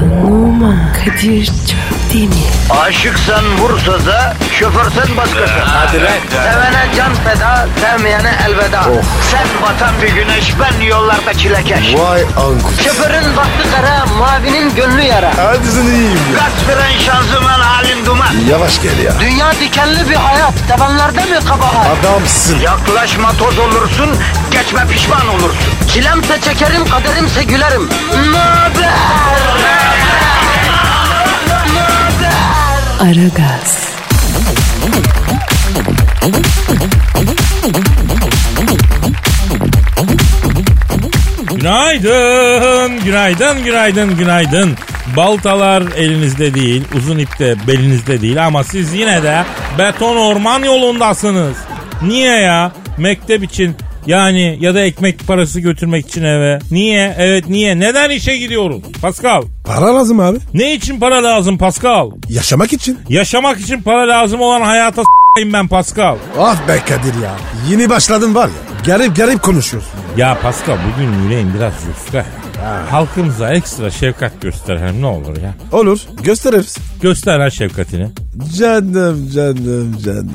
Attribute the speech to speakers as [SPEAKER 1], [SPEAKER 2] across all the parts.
[SPEAKER 1] Numan, Kadir çok değil mi?
[SPEAKER 2] Aşıksan vursa da şoförsen başkasın. Hadi
[SPEAKER 3] lan.
[SPEAKER 2] Sevene can feda, sevmeyene elveda. Sen batan bir güneş, ben yollarda çilekeş.
[SPEAKER 3] Vay anku.
[SPEAKER 2] Şoförün baktı kara, mavinin gönlü yara.
[SPEAKER 3] Hadi sen iyiyim ya.
[SPEAKER 2] Kasperen şanzıman halin duman.
[SPEAKER 3] Yavaş gel ya.
[SPEAKER 2] Dünya dikenli bir hayat, sevenlerde mi kabahar?
[SPEAKER 3] Adamsın.
[SPEAKER 2] Yaklaşma toz olursun, geçme pişman olursun. Çilemse çekerim, kaderimse gülerim. Möber!
[SPEAKER 1] Aragaz,
[SPEAKER 4] Günaydın, günaydın, günaydın, günaydın. Baltalar elinizde değil, uzun ip de belinizde değil ama siz yine de beton orman yolundasınız. Niye ya? Mektep için yani ya da ekmek parası götürmek için eve. Niye? Evet niye? Neden işe gidiyoruz? Pascal.
[SPEAKER 3] Para lazım abi.
[SPEAKER 4] Ne için para lazım Pascal?
[SPEAKER 3] Yaşamak için.
[SPEAKER 4] Yaşamak için para lazım olan hayata s**ayım ben Pascal.
[SPEAKER 3] Ah be Kadir ya. Yeni başladın var ya. Garip garip konuşuyorsun.
[SPEAKER 4] Ya Pascal bugün yüreğim biraz yufka. ya. Halkımıza ekstra şefkat gösterelim ne olur ya.
[SPEAKER 3] Olur. Gösteririz.
[SPEAKER 4] Göster ha şefkatini.
[SPEAKER 3] Canım canım canım.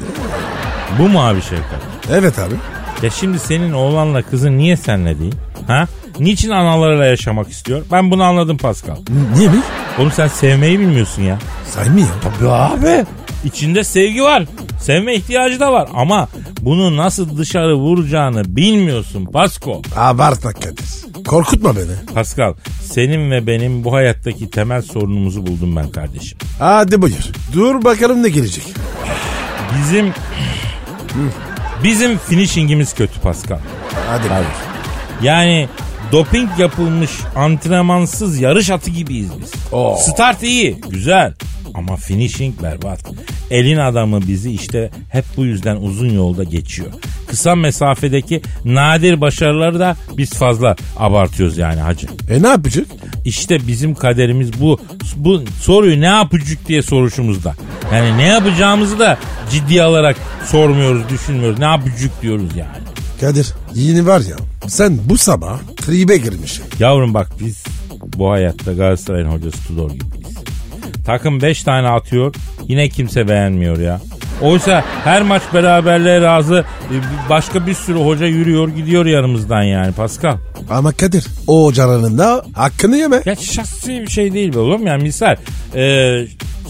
[SPEAKER 4] Bu mu abi şefkat?
[SPEAKER 3] Evet abi.
[SPEAKER 4] Ya şimdi senin oğlanla kızın niye senle değil? Ha? Niçin analarıyla yaşamak istiyor? Ben bunu anladım Pascal.
[SPEAKER 3] Niye mi?
[SPEAKER 4] Oğlum sen sevmeyi bilmiyorsun ya.
[SPEAKER 3] Saymıyor.
[SPEAKER 4] Tabii abi. İçinde sevgi var. Sevme ihtiyacı da var. Ama bunu nasıl dışarı vuracağını bilmiyorsun Pasko.
[SPEAKER 3] Abartma Kadir. Korkutma beni.
[SPEAKER 4] Pascal senin ve benim bu hayattaki temel sorunumuzu buldum ben kardeşim.
[SPEAKER 3] Hadi buyur. Dur bakalım ne gelecek.
[SPEAKER 4] Bizim... Bizim finishingimiz kötü Pascal.
[SPEAKER 3] Hadi
[SPEAKER 4] Tabii.
[SPEAKER 3] buyur.
[SPEAKER 4] Yani doping yapılmış antrenmansız yarış atı gibiyiz biz.
[SPEAKER 3] Oo.
[SPEAKER 4] Start iyi, güzel ama finishing berbat. Elin adamı bizi işte hep bu yüzden uzun yolda geçiyor. Kısa mesafedeki nadir başarıları da biz fazla abartıyoruz yani hacı.
[SPEAKER 3] E ne yapacak?
[SPEAKER 4] İşte bizim kaderimiz bu. Bu soruyu ne yapıcık diye soruşumuzda. Yani ne yapacağımızı da ciddi alarak sormuyoruz, düşünmüyoruz. Ne yapıcık diyoruz yani.
[SPEAKER 3] Kadir yeni var ya sen bu sabah tribe girmişsin.
[SPEAKER 4] Yavrum bak biz bu hayatta Galatasaray'ın hocası Tudor gibiyiz. Takım 5 tane atıyor yine kimse beğenmiyor ya. Oysa her maç beraberliğe razı e, başka bir sürü hoca yürüyor gidiyor yanımızdan yani Pascal.
[SPEAKER 3] Ama Kadir o hocaların da hakkını yeme.
[SPEAKER 4] Ya şahsi bir şey değil be oğlum yani misal. e,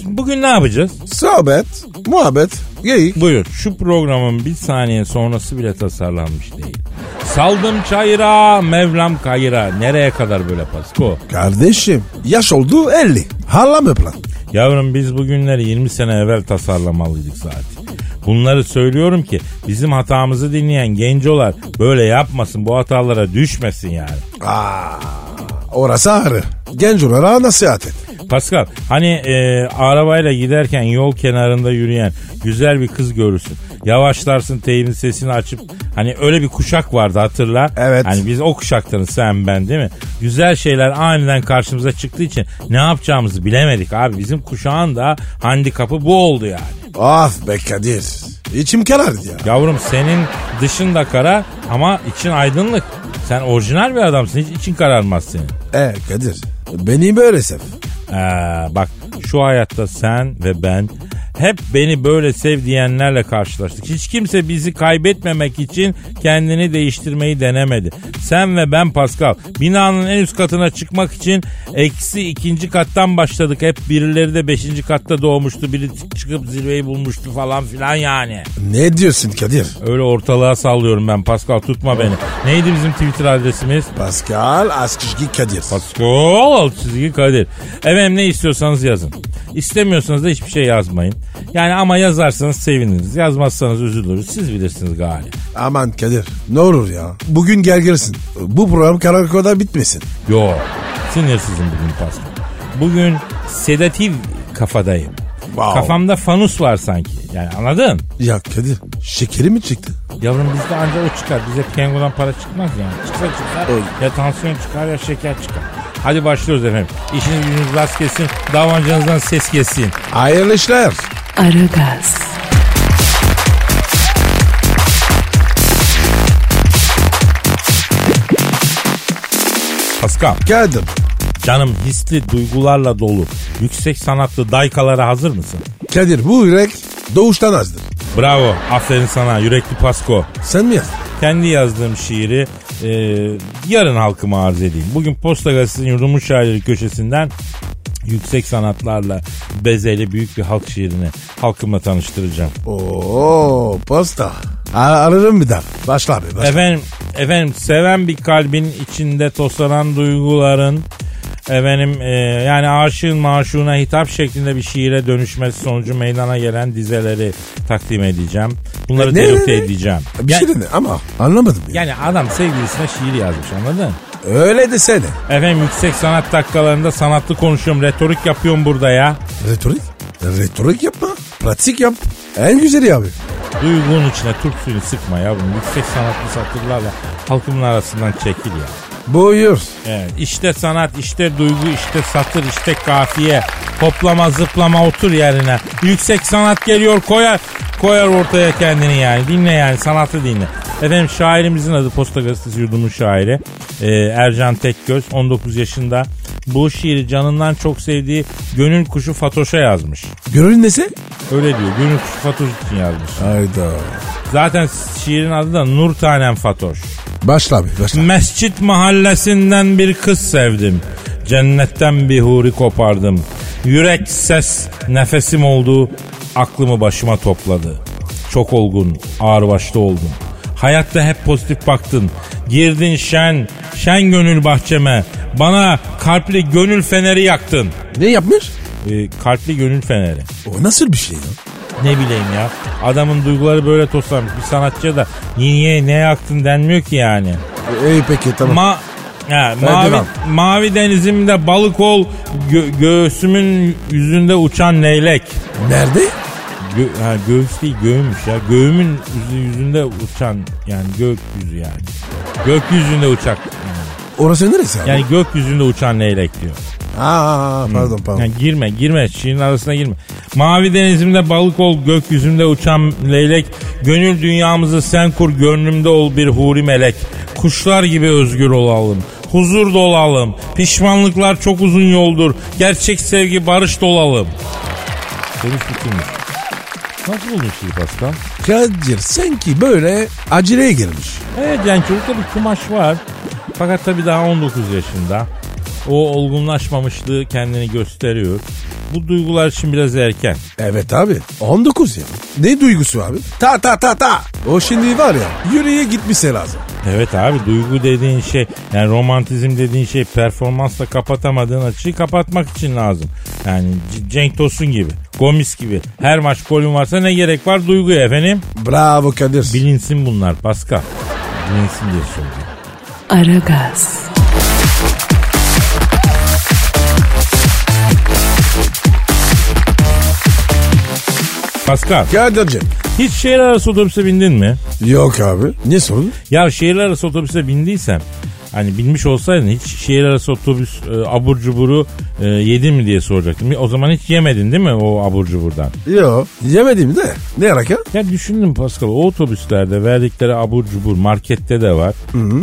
[SPEAKER 4] şimdi bugün ne yapacağız?
[SPEAKER 3] Sohbet, muhabbet, geyik.
[SPEAKER 4] Buyur şu programın bir saniye sonrası bile tasarlanmış değil. Saldım çayıra Mevlam kayıra nereye kadar böyle Pasko?
[SPEAKER 3] Kardeşim yaş oldu 50. Hala mı plan?
[SPEAKER 4] Yavrum biz bugünleri 20 sene evvel tasarlamalıydık zaten. Bunları söylüyorum ki bizim hatamızı dinleyen gencolar böyle yapmasın bu hatalara düşmesin yani.
[SPEAKER 3] Aa, orası ağrı. Genç olarak nasihat et.
[SPEAKER 4] Pascal hani e, arabayla giderken yol kenarında yürüyen güzel bir kız görürsün. Yavaşlarsın teyinin sesini açıp hani öyle bir kuşak vardı hatırla.
[SPEAKER 3] Evet.
[SPEAKER 4] Hani biz o kuşaktanız sen ben değil mi? Güzel şeyler aniden karşımıza çıktığı için ne yapacağımızı bilemedik abi. Bizim kuşağın da handikapı bu oldu yani.
[SPEAKER 3] Of Ah be Kadir. İçim karardı ya.
[SPEAKER 4] Yavrum senin dışın da kara ama için aydınlık. Sen orijinal bir adamsın hiç için kararmaz senin.
[SPEAKER 3] E Kadir beni böyle sev.
[SPEAKER 4] Ee, bak şu hayatta sen ve ben hep beni böyle sev diyenlerle karşılaştık. Hiç kimse bizi kaybetmemek için kendini değiştirmeyi denemedi. Sen ve ben Pascal binanın en üst katına çıkmak için eksi ikinci kattan başladık. Hep birileri de beşinci katta doğmuştu. Biri çıkıp zirveyi bulmuştu falan filan yani.
[SPEAKER 3] Ne diyorsun Kadir?
[SPEAKER 4] Öyle ortalığa sallıyorum ben Pascal tutma beni. Neydi bizim Twitter adresimiz?
[SPEAKER 3] Pascal Askışki Kadir.
[SPEAKER 4] Pascal çizgi Kadir. Efendim ne istiyorsanız yazın. İstemiyorsanız da hiçbir şey yazmayın. Yani ama yazarsanız seviniriz. Yazmazsanız üzülürüz. Siz bilirsiniz galiba.
[SPEAKER 3] Aman Kadir ne olur ya. Bugün gel gelirsin. Bu program karakolda bitmesin.
[SPEAKER 4] Yo sinirsizim bugün Pascal. Bugün sedatif kafadayım.
[SPEAKER 3] Wow.
[SPEAKER 4] Kafamda fanus var sanki. Yani anladın?
[SPEAKER 3] Ya Kadir şekeri mi çıktı?
[SPEAKER 4] Yavrum bizde ancak o çıkar. Bize piyangodan para çıkmaz yani. Çıksa çıkar. Ya tansiyon çıkar ya şeker çıkar. Hadi başlıyoruz efendim. İşiniz gücünüz rast kesin. Davancanızdan ses kesin.
[SPEAKER 3] Hayırlı işler.
[SPEAKER 1] Aragaz,
[SPEAKER 4] Pascal.
[SPEAKER 3] Kadir.
[SPEAKER 4] Canım hisli duygularla dolu. Yüksek sanatlı daykalara hazır mısın?
[SPEAKER 3] Kadir bu yürek doğuştan azdır.
[SPEAKER 4] Bravo. Aferin sana yürekli Pasko.
[SPEAKER 3] Sen mi yazdın?
[SPEAKER 4] Kendi yazdığım şiiri e, yarın halkıma arz edeyim. Bugün Posta Gazetesi'nin yurdumun şairleri köşesinden yüksek sanatlarla bezeli büyük bir halk şiirini halkımla tanıştıracağım.
[SPEAKER 3] Oo posta. A- ararım bir daha. Başla abi başla.
[SPEAKER 4] Efendim, efendim seven bir kalbin içinde toslanan duyguların efendim e, yani aşığın maşuğuna hitap şeklinde bir şiire dönüşmesi sonucu meydana gelen dizeleri takdim edeceğim. Bunları
[SPEAKER 3] E, Ne, ne,
[SPEAKER 4] delikte
[SPEAKER 3] ne?
[SPEAKER 4] edeceğim.
[SPEAKER 3] Bir
[SPEAKER 4] yani,
[SPEAKER 3] şey dedi ama anlamadım. ya.
[SPEAKER 4] yani adam sevgilisine şiir yazmış anladın?
[SPEAKER 3] Öyle desene.
[SPEAKER 4] Efendim yüksek sanat dakikalarında sanatlı konuşuyorum, retorik yapıyorum burada ya.
[SPEAKER 3] Retorik. Retorik yapma. Pratik yap. En güzeli abi.
[SPEAKER 4] Duygunun içine Türk suyunu sıkma yavrum. Yüksek sanatlı satırlarla halkımın arasından çekil ya.
[SPEAKER 3] Buyur.
[SPEAKER 4] Evet, işte sanat, işte duygu, işte satır, işte kafiye. Toplama, zıplama, otur yerine. Yüksek sanat geliyor koyar, koyar ortaya kendini yani. Dinle yani, sanatı dinle. Efendim şairimizin adı Posta Gazetesi Yurdumun Şairi. Ee, Ercan Tekgöz, 19 yaşında. Bu şiiri canından çok sevdiği Gönül Kuşu Fatoş'a yazmış.
[SPEAKER 3] Gönül nesi?
[SPEAKER 4] Öyle diyor, Gönül Kuşu Fatoş için yazmış.
[SPEAKER 3] Hayda.
[SPEAKER 4] Zaten şiirin adı da Nur Tanem Fatoş.
[SPEAKER 3] Başla abi başla.
[SPEAKER 4] Mescit mahallesinden bir kız sevdim. Cennetten bir huri kopardım. Yürek ses nefesim oldu. Aklımı başıma topladı. Çok olgun, ağırbaşlı oldum. Hayatta hep pozitif baktın. Girdin şen, şen gönül bahçeme. Bana kalpli gönül feneri yaktın.
[SPEAKER 3] Ne yapmış?
[SPEAKER 4] Ee, kalpli gönül feneri.
[SPEAKER 3] O nasıl bir şey ya?
[SPEAKER 4] Ne bileyim ya. Adamın duyguları böyle toslanmış. Bir sanatçıya da niye ne yaktın denmiyor ki yani.
[SPEAKER 3] İyi peki tamam.
[SPEAKER 4] Ma Ha, mavi,
[SPEAKER 3] devam.
[SPEAKER 4] mavi denizimde balık ol, gö- göğsümün yüzünde uçan leylek.
[SPEAKER 3] Nerede?
[SPEAKER 4] Gö- ha, göğüs değil göğümmüş ya. Göğümün yüzü- yüzünde uçan yani gökyüzü yani. Gökyüzünde uçak.
[SPEAKER 3] Orası neresi abi?
[SPEAKER 4] Yani gökyüzünde uçan leylek diyor.
[SPEAKER 3] Aa, pardon pardon.
[SPEAKER 4] Hmm. Yani girme girme şiirin arasına girme. Mavi denizimde balık ol gökyüzümde uçan leylek. Gönül dünyamızı sen kur gönlümde ol bir huri melek. Kuşlar gibi özgür olalım. Huzur dolalım. Pişmanlıklar çok uzun yoldur. Gerçek sevgi barış dolalım. Konuş bitirmiş. Nasıl buldun şiir Pascal?
[SPEAKER 3] Kadir sanki böyle aceleye girmiş.
[SPEAKER 4] Evet yani çocukta bir kumaş var. Fakat tabii daha 19 yaşında. O olgunlaşmamışlığı kendini gösteriyor. Bu duygular için biraz erken.
[SPEAKER 3] Evet abi 19 ya. Ne duygusu abi? Ta ta ta ta. O şimdi var ya yüreğe gitmişse lazım.
[SPEAKER 4] Evet abi duygu dediğin şey yani romantizm dediğin şey performansla kapatamadığın açığı kapatmak için lazım. Yani C- Cenk Tosun gibi, Gomis gibi her maç golün varsa ne gerek var duyguya efendim?
[SPEAKER 3] Bravo Kadir.
[SPEAKER 4] Bilinsin bunlar Pascal. Bilinsin diye söylüyorum.
[SPEAKER 1] Aragaz,
[SPEAKER 4] Pascal
[SPEAKER 3] Kadir'cim.
[SPEAKER 4] hiç şehir arası otobüse bindin mi?
[SPEAKER 3] Yok abi. Ne sorun?
[SPEAKER 4] Ya şehir arası otobüse bindiysem hani binmiş olsaydın hiç şehir arası otobüs e, abur cuburu e, yedin mi diye soracaktım. O zaman hiç yemedin değil mi o abur cuburdan?
[SPEAKER 3] Yok. Yemedim de. Ne alaka?
[SPEAKER 4] Ya düşündüm Pascal o otobüslerde verdikleri abur cubur markette de var,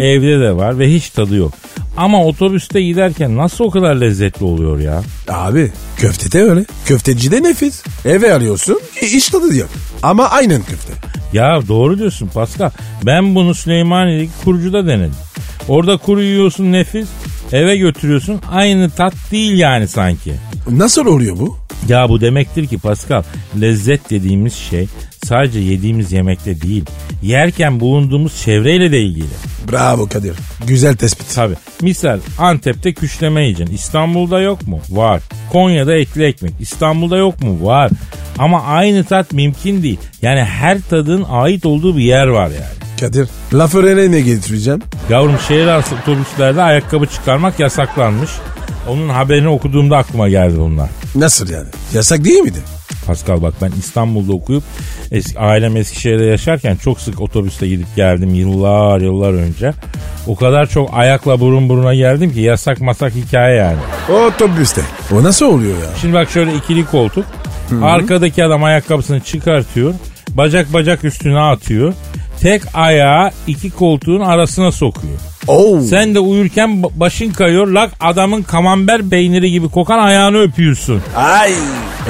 [SPEAKER 4] evde de var ve hiç tadı yok. Ama otobüste giderken nasıl o kadar lezzetli oluyor ya?
[SPEAKER 3] Abi köftede öyle. Köftecide nefis. Eve alıyorsun. i- iş tadı yok. Ama aynen köfte.
[SPEAKER 4] Ya doğru diyorsun Pascal. Ben bunu Süleymaniye'deki kurucuda denedim. Orada kuru yiyorsun nefis, eve götürüyorsun aynı tat değil yani sanki.
[SPEAKER 3] Nasıl oluyor bu?
[SPEAKER 4] Ya bu demektir ki Pascal lezzet dediğimiz şey sadece yediğimiz yemekte değil. Yerken bulunduğumuz çevreyle de ilgili.
[SPEAKER 3] Bravo Kadir. Güzel tespit.
[SPEAKER 4] Tabii. Misal Antep'te küşleme yiyeceksin. İstanbul'da yok mu? Var. Konya'da etli ekmek. İstanbul'da yok mu? Var. Ama aynı tat mümkün değil. Yani her tadın ait olduğu bir yer var yani.
[SPEAKER 3] Kadir. Lafı ne getireceğim?
[SPEAKER 4] Yavrum şehir arası otobüslerde ayakkabı çıkarmak yasaklanmış. Onun haberini okuduğumda aklıma geldi bunlar.
[SPEAKER 3] Nasıl yani? Yasak değil miydi?
[SPEAKER 4] Pascal bak ben İstanbul'da okuyup eski, ailem Eskişehir'de yaşarken çok sık otobüste gidip geldim yıllar yıllar önce. O kadar çok ayakla burun buruna geldim ki yasak masak hikaye yani.
[SPEAKER 3] Otobüste. O nasıl oluyor ya?
[SPEAKER 4] Şimdi bak şöyle ikili koltuk. Arkadaki adam ayakkabısını çıkartıyor. Bacak bacak üstüne atıyor. Tek ayağı iki koltuğun arasına sokuyor.
[SPEAKER 3] Oo.
[SPEAKER 4] Sen de uyurken ba- başın kayıyor lak adamın kamember peyniri gibi kokan ayağını öpüyorsun.
[SPEAKER 3] Ay.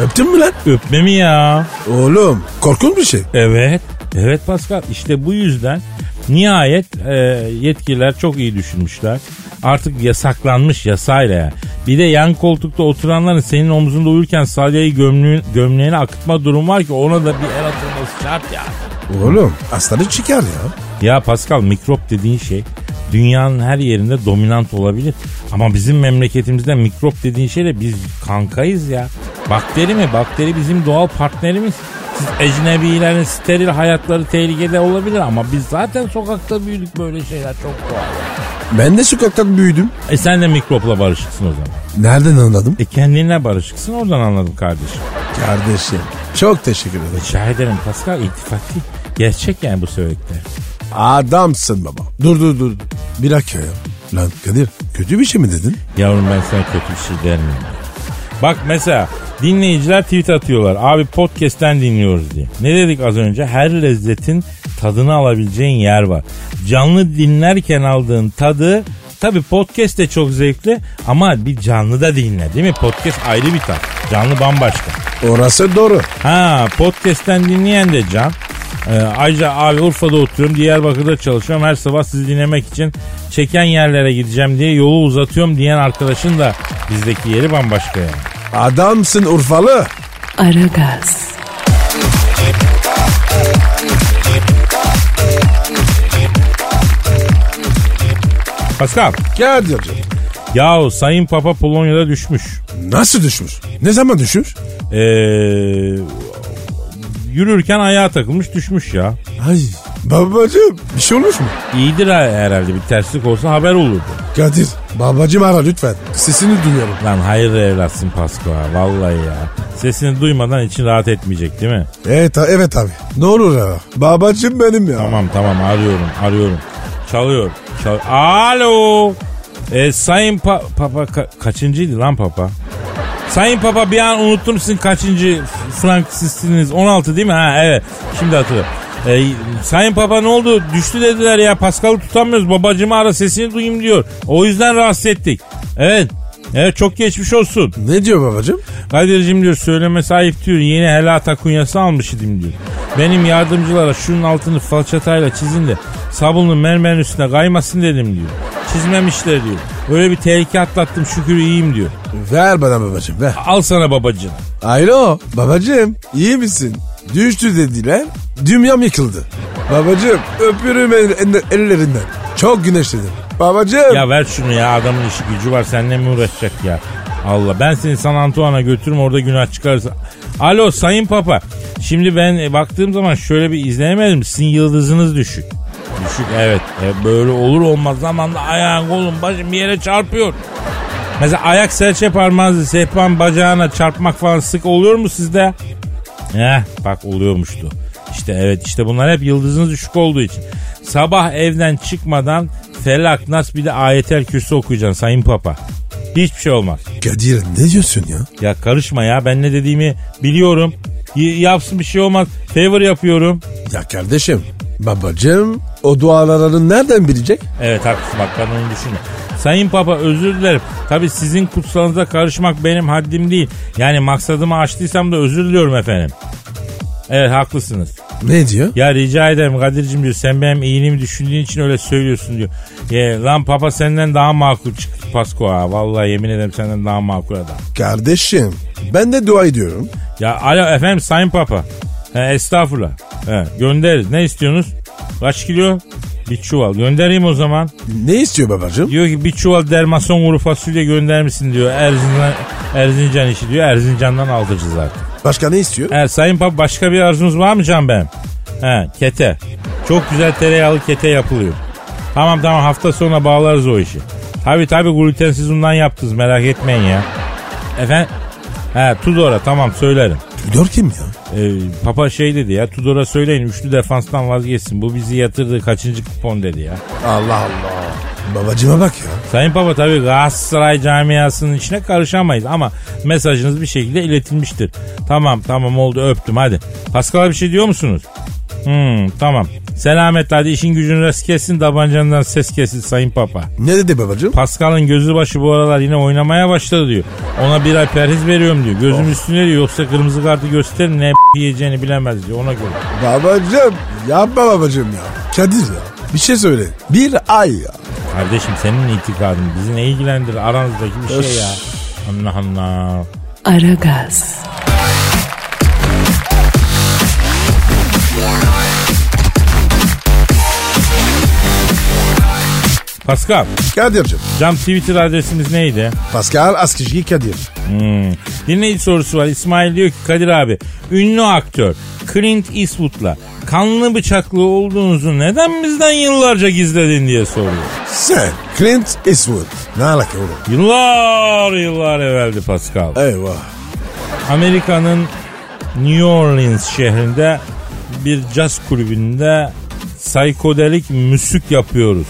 [SPEAKER 3] Öptün mü lan?
[SPEAKER 4] Öpme mi ya?
[SPEAKER 3] Oğlum korkunç bir şey.
[SPEAKER 4] Evet. Evet Pascal işte bu yüzden nihayet e, yetkililer çok iyi düşünmüşler. Artık yasaklanmış yasayla yani. Bir de yan koltukta oturanların senin omzunda uyurken salyayı gömlüğün, gömleğine akıtma durum var ki ona da bir el atılması şart ya.
[SPEAKER 3] Oğlum aslanı çıkar ya.
[SPEAKER 4] Ya Pascal mikrop dediğin şey dünyanın her yerinde dominant olabilir. Ama bizim memleketimizde mikrop dediğin şeyle biz kankayız ya. Bakteri mi? Bakteri bizim doğal partnerimiz. Siz ecnebilerin steril hayatları tehlikede olabilir ama biz zaten sokakta büyüdük böyle şeyler çok doğal.
[SPEAKER 3] Ben de sokaktan büyüdüm.
[SPEAKER 4] E sen de mikropla barışıksın o zaman.
[SPEAKER 3] Nereden anladım?
[SPEAKER 4] E kendinle barışıksın oradan anladım kardeşim. E
[SPEAKER 3] Kardeşim çok teşekkür ederim.
[SPEAKER 4] Rica ederim Pascal iltifat değil. Gerçek yani bu söyledikler.
[SPEAKER 3] Adamsın baba. Dur dur dur. Bir dakika ya. Lan Kadir kötü bir şey mi dedin?
[SPEAKER 4] Yavrum ben sana kötü bir şey der miyim? Bak mesela dinleyiciler tweet atıyorlar. Abi podcast'ten dinliyoruz diye. Ne dedik az önce? Her lezzetin tadını alabileceğin yer var. Canlı dinlerken aldığın tadı tabi podcast de çok zevkli ama bir canlı da dinle değil mi? Podcast ayrı bir tat. Canlı bambaşka.
[SPEAKER 3] Orası doğru.
[SPEAKER 4] Ha podcast'ten dinleyen de Can. Ee, ayrıca abi Urfa'da oturuyorum, Diyarbakır'da çalışıyorum. Her sabah sizi dinlemek için çeken yerlere gideceğim diye yolu uzatıyorum diyen arkadaşın da bizdeki yeri bambaşka yani.
[SPEAKER 3] Adamsın Urfalı.
[SPEAKER 1] Aragaz,
[SPEAKER 4] Pascal,
[SPEAKER 3] Kadir.
[SPEAKER 4] yahu Sayın Papa Polonya'da düşmüş.
[SPEAKER 3] Nasıl düşmüş? Ne zaman düşmüş?
[SPEAKER 4] Ee, yürürken ayağa takılmış düşmüş ya.
[SPEAKER 3] Ay babacım bir şey olmuş mu?
[SPEAKER 4] İyidir ha- herhalde bir terslik olsa haber olurdu.
[SPEAKER 3] Kadir babacım ara lütfen. Sesini duyuyorum.
[SPEAKER 4] Lan hayır evlatsın Pascal vallahi ya. Sesini duymadan için rahat etmeyecek değil mi?
[SPEAKER 3] Evet, a- evet abi. Ne olur ara. Babacım benim ya.
[SPEAKER 4] Tamam tamam arıyorum arıyorum. Çalıyor. Çal Alo. E, sayın Pa- Papa ka- kaçıncıydı lan Papa? Sayın Papa bir an unuttum sizin kaçıncı Frankisisiniz 16 değil mi? Ha evet şimdi hatırladım. E, sayın Papa ne oldu? Düştü dediler ya Pascal'ı tutamıyoruz babacımı ara sesini duyayım diyor. O yüzden rahatsız ettik. Evet. Evet çok geçmiş olsun.
[SPEAKER 3] Ne diyor babacım?
[SPEAKER 4] Kadir'cim diyor söyleme ayıp diyor yeni helata kunyası almış idim diyor. Benim yardımcılara şunun altını falçatayla çizin de sabunlu mermerin üstüne kaymasın dedim diyor. Çizmemişler diyor. Böyle bir tehlike atlattım şükür iyiyim diyor.
[SPEAKER 3] Ver bana babacım ver.
[SPEAKER 4] Al sana babacığım.
[SPEAKER 3] Alo babacım iyi misin? Düştü dediler. Dünyam yıkıldı. Babacım öpürüm el- el- ellerinden. Çok güneşledim. Babacım.
[SPEAKER 4] Ya ver şunu ya adamın işi gücü var seninle mi uğraşacak ya? Allah ben seni San Antuan'a götürürüm orada günah çıkarsa. Alo Sayın Papa. Şimdi ben e, baktığım zaman şöyle bir izleyemedim. Sizin yıldızınız düşük. Düşük evet. E, böyle olur olmaz zamanda ayağın kolun başın bir yere çarpıyor. Mesela ayak serçe parmağınızı sehpan bacağına çarpmak falan sık oluyor mu sizde? Heh bak oluyormuştu. İşte evet işte bunlar hep yıldızınız düşük olduğu için. Sabah evden çıkmadan Felak Nas bir de ayetel kürsü okuyacaksın Sayın Papa. Hiçbir şey olmaz.
[SPEAKER 3] Kadir ne diyorsun ya?
[SPEAKER 4] Ya karışma ya ben ne dediğimi biliyorum. Y- yapsın bir şey olmaz. Favor yapıyorum.
[SPEAKER 3] Ya kardeşim babacım o dualarını nereden bilecek?
[SPEAKER 4] Evet haklısın bak ben onu düşünüyorum. Sayın Papa özür dilerim. Tabi sizin kutsalınıza karışmak benim haddim değil. Yani maksadımı aştıysam da özür diliyorum efendim. Evet haklısınız.
[SPEAKER 3] Ne diyor?
[SPEAKER 4] Ya rica ederim Kadir'cim diyor sen benim iyiliğimi düşündüğün için öyle söylüyorsun diyor. E, lan papa senden daha makul çıktı Pasko ha. Vallahi yemin ederim senden daha makul adam.
[SPEAKER 3] Kardeşim ben de dua ediyorum.
[SPEAKER 4] Ya alo efendim sayın papa. He, estağfurullah. He, göndeririz. Ne istiyorsunuz? Kaç kilo? Bir çuval. Göndereyim o zaman.
[SPEAKER 3] Ne istiyor babacım?
[SPEAKER 4] Diyor ki bir çuval dermason kuru fasulye göndermişsin diyor. Erzincan, Erzincan işi diyor. Erzincan'dan aldıracağız artık.
[SPEAKER 3] Başka ne istiyor?
[SPEAKER 4] He, sayın Pap başka bir arzunuz var mı Can Bey'im? He, kete. Çok güzel tereyağlı kete yapılıyor. Tamam tamam hafta sonuna bağlarız o işi. Tabi tabi glutensiz undan yaptınız merak etmeyin ya. Efendim? He Tudor'a tamam söylerim.
[SPEAKER 3] Tudor kim ya?
[SPEAKER 4] Ee, papa şey dedi ya Tudor'a söyleyin üçlü defanstan vazgeçsin. Bu bizi yatırdı kaçıncı kupon dedi ya.
[SPEAKER 3] Allah Allah. Babacıma bak ya.
[SPEAKER 4] Sayın Papa tabii Galatasaray camiasının içine karışamayız ama mesajınız bir şekilde iletilmiştir. Tamam tamam oldu öptüm hadi. Paskal'a bir şey diyor musunuz? Hmm tamam. Selamet hadi işin gücün rast kesin tabancandan ses kesin sayın papa.
[SPEAKER 3] Ne dedi babacığım?
[SPEAKER 4] Pascal'ın gözü başı bu aralar yine oynamaya başladı diyor. Ona bir ay perhiz veriyorum diyor. Gözüm üstüne diyor yoksa kırmızı kartı gösterin ne yiyeceğini bilemez diyor ona göre.
[SPEAKER 3] babacığım yapma babacığım ya. Kadir ya bir şey söyle. Bir ay ya.
[SPEAKER 4] Kardeşim senin itikadın bizi ne ilgilendirir aranızdaki bir şey ya. Allah Allah.
[SPEAKER 1] Aragaz,
[SPEAKER 4] Pascal,
[SPEAKER 3] Kadir'cim.
[SPEAKER 4] cam Twitter adresimiz neydi?
[SPEAKER 3] Pascal Askışki Kadir.
[SPEAKER 4] Hmm. Dinleyici sorusu var. İsmail diyor ki Kadir abi ünlü aktör Clint Eastwood'la kanlı bıçaklı olduğunuzu neden bizden yıllarca gizledin diye soruyor.
[SPEAKER 3] Sen Clint Eastwood. Ne alaka oğlum?
[SPEAKER 4] Yıllar yıllar evveldi Pascal.
[SPEAKER 3] Eyvah.
[SPEAKER 4] Amerika'nın New Orleans şehrinde bir caz kulübünde psikodelik müzik yapıyoruz.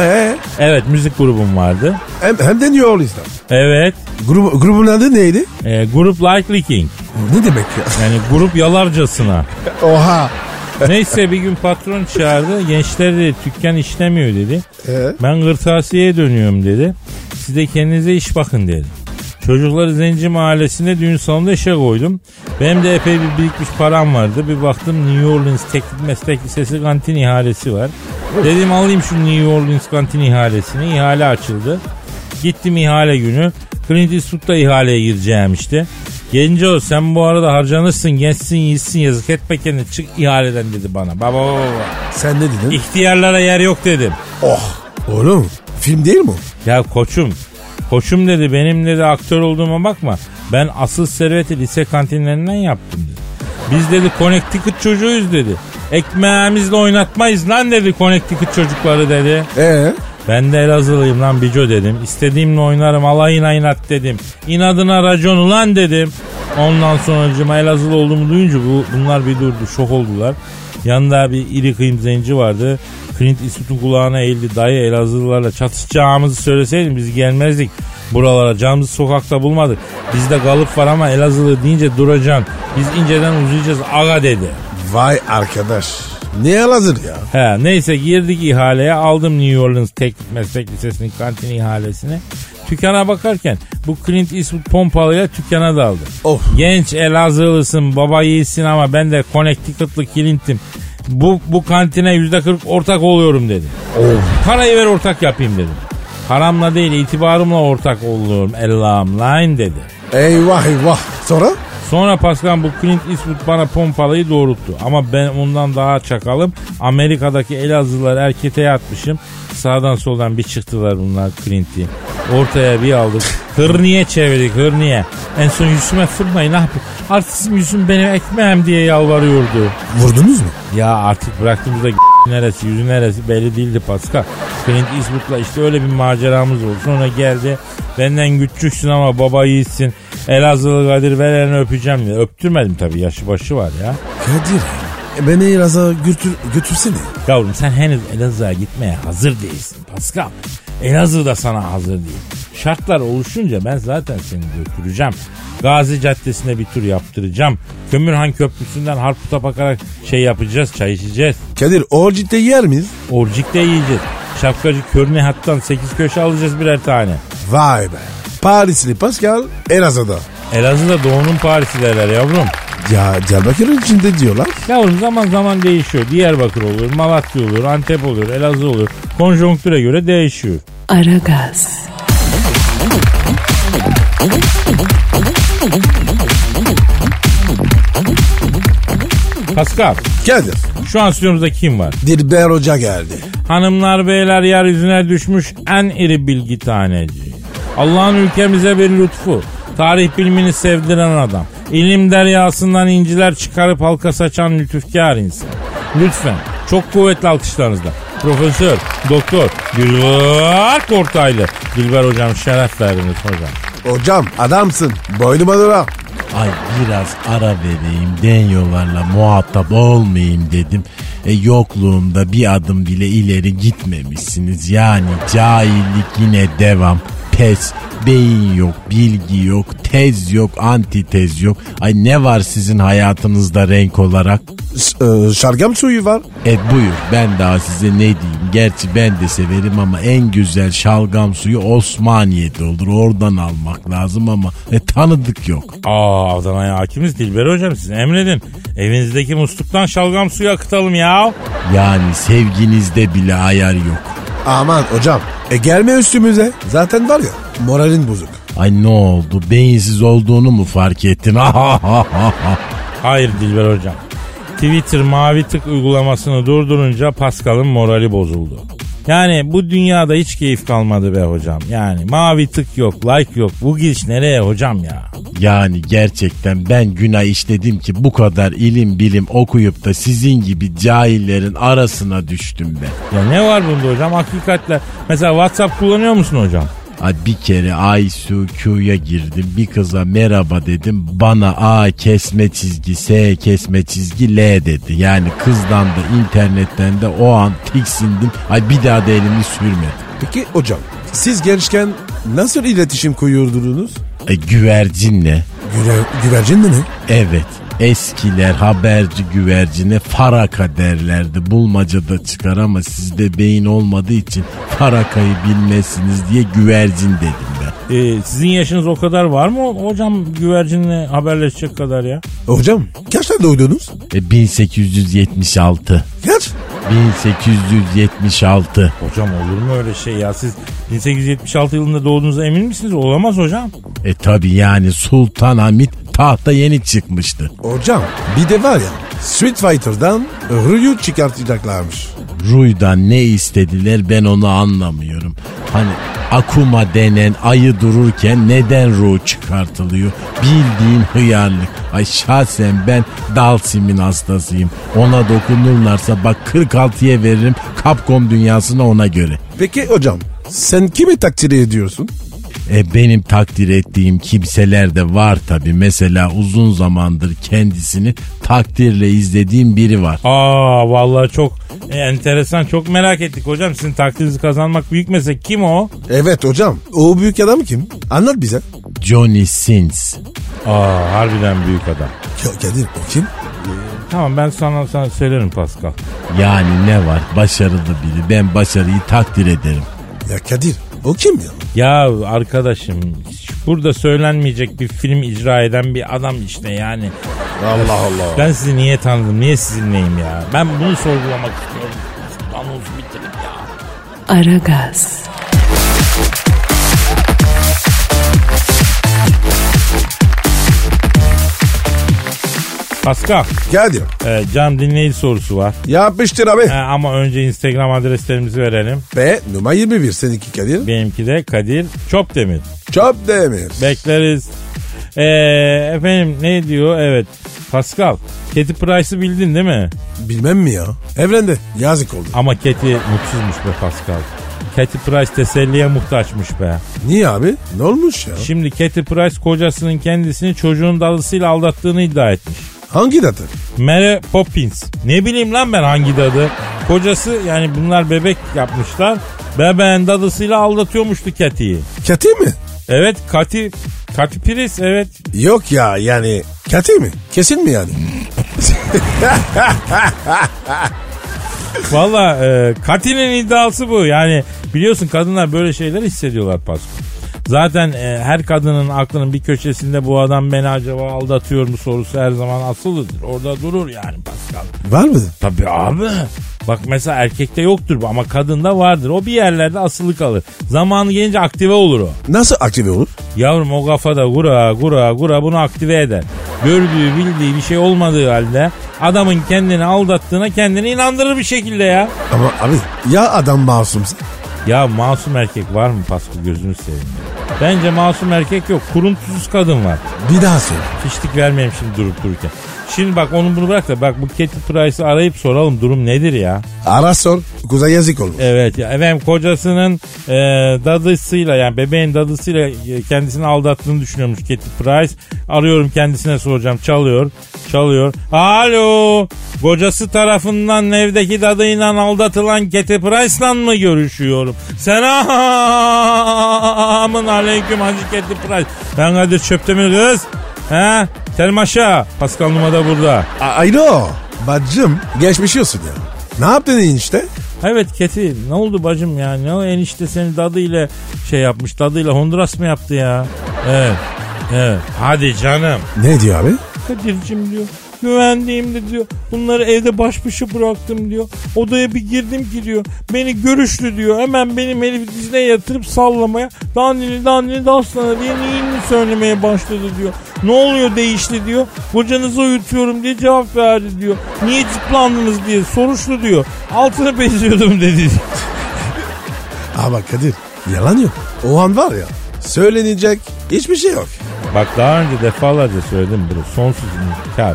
[SPEAKER 3] Ee,
[SPEAKER 4] Evet müzik grubum vardı.
[SPEAKER 3] hem, hem de New Orleans'tan.
[SPEAKER 4] Evet
[SPEAKER 3] Grubu, grubun adı neydi?
[SPEAKER 4] e, grup Like Licking
[SPEAKER 3] Ne demek ya?
[SPEAKER 4] yani grup yalarcasına.
[SPEAKER 3] Oha.
[SPEAKER 4] Neyse bir gün patron çağırdı. Gençler dedi dükkan işlemiyor dedi.
[SPEAKER 3] Ee?
[SPEAKER 4] Ben kırtasiyeye dönüyorum dedi. Siz de kendinize iş bakın dedi. Çocukları Zenci Mahallesi'nde düğün salonunda işe koydum. Benim de epey bir birikmiş param vardı. Bir baktım New Orleans Teknik Meslek Lisesi kantin ihalesi var. Dedim alayım şu New Orleans kantin ihalesini. İhale açıldı. Gittim ihale günü. Clint Eastwood'da ihaleye gireceğim işte. Gelince o sen bu arada harcanırsın, gençsin, iyisin, yazık etme kendini çık ihaleden dedi bana. Baba baba baba.
[SPEAKER 3] Sen ne dedin?
[SPEAKER 4] İhtiyarlara yer yok dedim.
[SPEAKER 3] Oh. Oğlum film değil mi? o?
[SPEAKER 4] Ya koçum, koçum dedi benim dedi aktör olduğuma bakma. Ben asıl serveti lise kantinlerinden yaptım dedi. Biz dedi Connecticut çocuğuyuz dedi. Ekmeğimizle oynatmayız lan dedi Connecticut çocukları dedi.
[SPEAKER 3] Ee?
[SPEAKER 4] Ben de Elazığlıyım lan Bico dedim. İstediğimle oynarım alayına inat dedim. İnadına racon ulan dedim. Ondan sonracıma Elazığlı olduğumu duyunca bu, bunlar bir durdu şok oldular. Yanında bir iri kıyım zenci vardı. Clint Eastwood'un kulağına eğildi. Dayı Elazığlılarla çatışacağımızı söyleseydin biz gelmezdik buralara. Camımızı sokakta bulmadık. Bizde kalıp var ama Elazığlı deyince duracaksın. Biz inceden uzayacağız aga dedi.
[SPEAKER 3] Vay arkadaş. Ne hazır ya?
[SPEAKER 4] He, neyse girdik ihaleye aldım New Orleans Teknik Meslek Lisesi'nin kantin ihalesine. Tükana bakarken bu Clint Eastwood pompalıyla tükana daldı.
[SPEAKER 3] Of.
[SPEAKER 4] Genç Elazığlısın baba yiğitsin ama ben de Connecticut'lı Clint'im. Bu, bu kantine yüzde kırk ortak oluyorum dedi. Parayı ver ortak yapayım dedim. Paramla değil itibarımla ortak oluyorum Allah'ım line dedi.
[SPEAKER 3] Eyvah eyvah. Sonra?
[SPEAKER 4] Sonra Pascal bu Clint Eastwood bana pompalıyı doğrulttu. Ama ben ondan daha çakalım. Amerika'daki Elazığlılar erkete yatmışım. Sağdan soldan bir çıktılar bunlar Clint'i. Ortaya bir aldık. Hırniye çevirdik hırniye. En son yüzüme fırlayın ah. Artısım yüzüm benim ekmeğim diye yalvarıyordu.
[SPEAKER 3] Vurdunuz mu?
[SPEAKER 4] Ya artık bıraktığımızda neresi yüzü neresi belli değildi Pascal. Clint Eastwood'la işte öyle bir maceramız oldu. Sonra geldi benden küçüksün ama baba yiğitsin. Elazığlı Kadir ver elini öpeceğim dedi. Öptürmedim tabii yaşı başı var ya.
[SPEAKER 3] Kadir. e, Beni Elazığ'a götür, götürsene.
[SPEAKER 4] Yavrum sen henüz Elazığ'a gitmeye hazır değilsin Pascal. Elazığ da sana hazır değil. Şartlar oluşunca ben zaten seni götüreceğim. Gazi Caddesi'ne bir tur yaptıracağım. Kömürhan Köprüsü'nden Harput'a bakarak şey yapacağız, çay içeceğiz.
[SPEAKER 3] Kadir o ciddi yer miyiz?
[SPEAKER 4] Orcik de yiyeceğiz. Şapkacı Körne hattan 8 köşe alacağız birer tane.
[SPEAKER 3] Vay be. Parisli Pascal Elazığ'da.
[SPEAKER 4] Elazığ'da doğunun Paris'i derler yavrum.
[SPEAKER 3] Ya Diyarbakır'ın içinde diyorlar.
[SPEAKER 4] Yavrum zaman zaman değişiyor. Diyarbakır olur, Malatya olur, Antep olur, Elazığ olur. Konjonktüre göre değişiyor.
[SPEAKER 1] Aragaz,
[SPEAKER 4] Pascal,
[SPEAKER 3] Kadir.
[SPEAKER 4] şu an stüdyomuzda kim var?
[SPEAKER 3] Dilber Hoca geldi.
[SPEAKER 4] Hanımlar beyler yeryüzüne düşmüş en iri bilgi taneci. Allah'ın ülkemize bir lütfu. Tarih bilimini sevdiren adam. İlim deryasından inciler çıkarıp halka saçan lütufkar insan. Lütfen çok kuvvetli alkışlarınızla. Profesör, doktor, Dilber Kortaylı. Dilber hocam şeref verdiniz hocam.
[SPEAKER 3] Hocam adamsın. Boynuma dura.
[SPEAKER 5] Ay biraz ara vereyim denyolarla muhatap olmayayım dedim. E yokluğumda bir adım bile ileri gitmemişsiniz. Yani cahillik yine devam. P pes, beyin yok, bilgi yok, tez yok, antitez yok. Ay ne var sizin hayatınızda renk olarak?
[SPEAKER 3] S- e, şalgam suyu var.
[SPEAKER 5] E buyur ben daha size ne diyeyim. Gerçi ben de severim ama en güzel şalgam suyu Osmaniye'de olur. Oradan almak lazım ama e, tanıdık yok.
[SPEAKER 4] Aa Adana'ya hakimiz Dilber hocam siz emredin. Evinizdeki musluktan şalgam suyu akıtalım ya.
[SPEAKER 5] Yani sevginizde bile ayar yok.
[SPEAKER 3] Aman hocam. E gelme üstümüze. Zaten var ya moralin bozuk.
[SPEAKER 5] Ay ne oldu beyinsiz olduğunu mu fark ettin?
[SPEAKER 4] Hayır Dilber hocam. Twitter mavi tık uygulamasını durdurunca Pascal'ın morali bozuldu. Yani bu dünyada hiç keyif kalmadı be hocam. Yani mavi tık yok, like yok. Bu giriş nereye hocam ya?
[SPEAKER 5] Yani gerçekten ben günah işledim ki bu kadar ilim bilim okuyup da sizin gibi cahillerin arasına düştüm ben.
[SPEAKER 4] Ya ne var bunda hocam? Hakikatle. Mesela WhatsApp kullanıyor musun hocam?
[SPEAKER 5] Ay bir kere ICQ'ya girdim bir kıza merhaba dedim bana A kesme çizgi S kesme çizgi L dedi. Yani kızdan da internetten de o an tiksindim. Ay bir daha da elimi sürmedim.
[SPEAKER 3] Peki hocam siz gençken nasıl iletişim koyuyordunuz?
[SPEAKER 5] E, güvercinle
[SPEAKER 3] Güve, güvercin de mi?
[SPEAKER 5] Evet. Eskiler haberci güvercine faraka derlerdi. Bulmacada çıkar ama sizde beyin olmadığı için farakayı bilmezsiniz diye güvercin dedim ben.
[SPEAKER 4] Ee, sizin yaşınız o kadar var mı hocam güvercinle haberleşecek kadar ya?
[SPEAKER 3] Hocam kaçta doğdunuz?
[SPEAKER 5] E, 1876.
[SPEAKER 3] Kaç?
[SPEAKER 5] 1876.
[SPEAKER 4] Hocam olur mu öyle şey ya? Siz 1876 yılında doğduğunuza emin misiniz? Olamaz hocam.
[SPEAKER 5] E tabi yani Sultan Hamit tahta yeni çıkmıştı.
[SPEAKER 3] Hocam bir de var ya Street Fighter'dan Ryu çıkartacaklarmış.
[SPEAKER 5] Ruy'dan ne istediler ben onu anlamıyorum. Hani Akuma denen ayı dururken neden Ruy çıkartılıyor? Bildiğin hıyarlık. Ay şahsen ben Dalsim'in hastasıyım. Ona dokunurlarsa bak 46'ya veririm Capcom dünyasına ona göre.
[SPEAKER 3] Peki hocam sen kimi takdir ediyorsun?
[SPEAKER 5] E, benim takdir ettiğim kimseler de var tabi. Mesela uzun zamandır kendisini takdirle izlediğim biri var.
[SPEAKER 4] Aa vallahi çok e, enteresan çok merak ettik hocam. Sizin takdirinizi kazanmak büyük meslek. Kim o?
[SPEAKER 3] Evet hocam o büyük adam kim? Anlat bize.
[SPEAKER 5] Johnny Sins.
[SPEAKER 4] Aa harbiden büyük adam.
[SPEAKER 3] Ya Kadir o kim?
[SPEAKER 4] Tamam ben sana, sana söylerim Pascal.
[SPEAKER 5] Yani ne var başarılı biri ben başarıyı takdir ederim.
[SPEAKER 3] Ya Kadir o kim ya?
[SPEAKER 4] Ya arkadaşım burada söylenmeyecek bir film icra eden bir adam işte yani.
[SPEAKER 3] Allah Allah.
[SPEAKER 4] Ben sizi niye tanıdım? Niye sizinleyim ya? Ben bunu sorgulamak istiyorum. Anons bitirin ya.
[SPEAKER 1] Aragaz,
[SPEAKER 4] Pascal,
[SPEAKER 3] Kadir
[SPEAKER 4] e, Can dinleyici sorusu var.
[SPEAKER 3] yapıştır abi.
[SPEAKER 4] E, ama önce Instagram adreslerimizi verelim.
[SPEAKER 3] Ve numara 21 seninki Kadir.
[SPEAKER 4] Benimki de Kadir Çopdemir.
[SPEAKER 3] Çöp demir.
[SPEAKER 4] Bekleriz. E, efendim ne diyor? Evet. Pascal, Katy Price'ı bildin değil mi?
[SPEAKER 3] Bilmem mi ya? Evrende yazık oldu.
[SPEAKER 4] Ama Katy mutsuzmuş be Pascal. Katy Price teselliye muhtaçmış be.
[SPEAKER 3] Niye abi? Ne olmuş ya?
[SPEAKER 4] Şimdi Katy Price kocasının kendisini çocuğun dalısıyla aldattığını iddia etmiş.
[SPEAKER 3] Hangi datı?
[SPEAKER 4] Mary Poppins. Ne bileyim lan ben hangi dadı? Kocası yani bunlar bebek yapmışlar. Bebeğin dadısıyla aldatıyormuştu Katy'yi.
[SPEAKER 3] Kati mi?
[SPEAKER 4] Evet Katy, Katy Price evet.
[SPEAKER 3] Yok ya yani Kati mi? Kesin mi yani?
[SPEAKER 4] Valla e, Katy'nin iddiası bu. Yani biliyorsun kadınlar böyle şeyler hissediyorlar Pasko. Zaten e, her kadının aklının bir köşesinde bu adam beni acaba aldatıyor mu sorusu her zaman asılıdır. Orada durur yani Pascal.
[SPEAKER 3] Var mı?
[SPEAKER 4] Tabii abi. Bak mesela erkekte yoktur bu ama kadında vardır. O bir yerlerde asılı kalır. Zamanı gelince aktive olur o.
[SPEAKER 3] Nasıl aktive olur?
[SPEAKER 4] Yavrum o kafada gura gura gura bunu aktive eder. Gördüğü bildiği bir şey olmadığı halde adamın kendini aldattığına kendini inandırır bir şekilde ya.
[SPEAKER 3] Ama abi ya adam masumsa?
[SPEAKER 4] Ya masum erkek var mı Pasko gözünü seveyim. ya. Bence masum erkek yok. Kuruntusuz kadın var.
[SPEAKER 3] Bir daha söyle.
[SPEAKER 4] Fişlik vermeyeyim şimdi durup dururken. Şimdi bak onu bunu bırak da bak bu Katy Price'ı arayıp soralım durum nedir ya?
[SPEAKER 3] Ara sor. Kuza yazık olur.
[SPEAKER 4] Evet ya efendim kocasının e, dadısıyla yani bebeğin dadısıyla e, kendisini aldattığını düşünüyormuş Katy Price. Arıyorum kendisine soracağım çalıyor çalıyor. Alo kocası tarafından evdeki dadıyla aldatılan Katy Price'la mı görüşüyorum? Selamın aleyküm Hacı Katy Price. Ben Kadir Çöptemir kız. He? Selim aşağı. Pascal Numa da burada.
[SPEAKER 3] A- Alo. Bacım geçmiş olsun ya. Ne yaptın enişte?
[SPEAKER 4] Evet Keti ne oldu bacım ya? Ne o enişte seni dadı ile şey yapmış. Dadı ile Honduras mı yaptı ya? Evet. Evet. Hadi canım.
[SPEAKER 3] Ne diyor abi?
[SPEAKER 4] Kadir'cim diyor. Güvendiğimde diyor. Bunları evde baş başa bıraktım diyor. Odaya bir girdim ki diyor. Beni görüşlü diyor. Hemen benim elimi dizine yatırıp sallamaya. Dandini dandini daslana diye neyini söylemeye başladı diyor. Ne oluyor değişti diyor. Kocanızı uyutuyorum diye cevap verdi diyor. Niye cıplandınız diye soruşlu diyor. Altını beziyordum dedi.
[SPEAKER 3] Ama Kadir yalan yok. O an var ya söylenecek hiçbir şey yok.
[SPEAKER 4] Bak daha önce defalarca söyledim bunu. Sonsuz inkar.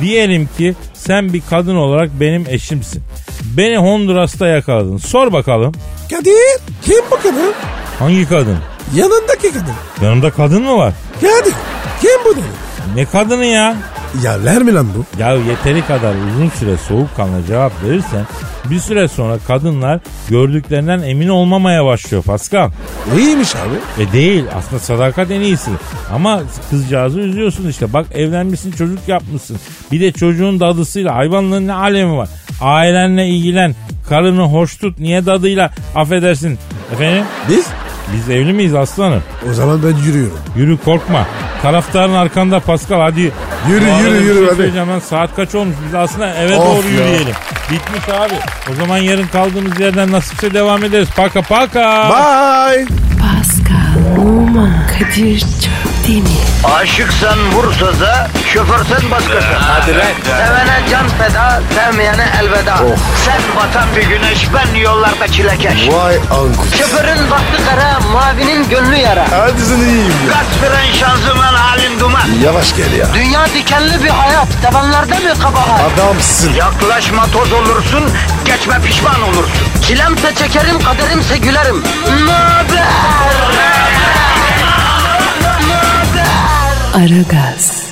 [SPEAKER 4] Diyelim ki sen bir kadın olarak benim eşimsin. Beni Honduras'ta yakaladın. Sor bakalım.
[SPEAKER 3] Kadir kim bu kadın?
[SPEAKER 4] Hangi kadın?
[SPEAKER 3] Yanındaki kadın.
[SPEAKER 4] Yanımda kadın mı var?
[SPEAKER 3] Kadir kim bu dedi?
[SPEAKER 4] Ne kadını ya?
[SPEAKER 3] Yerler mi lan bu?
[SPEAKER 4] Ya yeteri kadar uzun süre soğukkanlı cevap verirsen bir süre sonra kadınlar gördüklerinden emin olmamaya başlıyor Pascal.
[SPEAKER 3] İyiymiş abi.
[SPEAKER 4] E değil aslında sadakat en iyisi. Ama kızcağızı üzüyorsun işte. Bak evlenmişsin çocuk yapmışsın. Bir de çocuğun dadısıyla hayvanların ne alemi var. Ailenle ilgilen. Karını hoş tut. Niye dadıyla affedersin? Efendim
[SPEAKER 3] Biz
[SPEAKER 4] biz evli miyiz aslanım?
[SPEAKER 3] o zaman ben yürüyorum.
[SPEAKER 4] Yürü korkma. Taraftarın arkanda Pascal hadi.
[SPEAKER 3] Yürü,
[SPEAKER 4] Bu arada
[SPEAKER 3] yürü,
[SPEAKER 4] bir
[SPEAKER 3] yürü,
[SPEAKER 4] şey
[SPEAKER 3] hadi.
[SPEAKER 4] söyleyeceğim lan saat kaç olmuş biz aslında eve
[SPEAKER 3] Of
[SPEAKER 4] doğru
[SPEAKER 3] ya.
[SPEAKER 4] yürüyelim. Bitmiş abi. O zaman yarın kaldığımız yerden nasipse devam ederiz. Paka paka.
[SPEAKER 3] Bye.
[SPEAKER 1] Pascal, Oman, Kadir çok değil mi?
[SPEAKER 2] Aşıksan vursa da, şoförsen başkasın. Hadi lan. Oh. Sevene can feda, sevmeyene elveda. Sen batan bir güneş, ben yollarda çilekeş.
[SPEAKER 3] Vay anku.
[SPEAKER 2] Şoförün baktı kara, mavinin gönlü yara.
[SPEAKER 3] Hadi sen iyiyim ya.
[SPEAKER 2] Kasperen şanzıman halin duman.
[SPEAKER 3] Yavaş gel ya.
[SPEAKER 2] Dünya dikenli bir hayat, sevenlerde mi kabahar?
[SPEAKER 3] Adamsın.
[SPEAKER 2] Yaklaşma toz olursun, geçme pişman olursun. Çilemse çekerim, kaderimse gülerim. Möber!
[SPEAKER 1] Aragaz.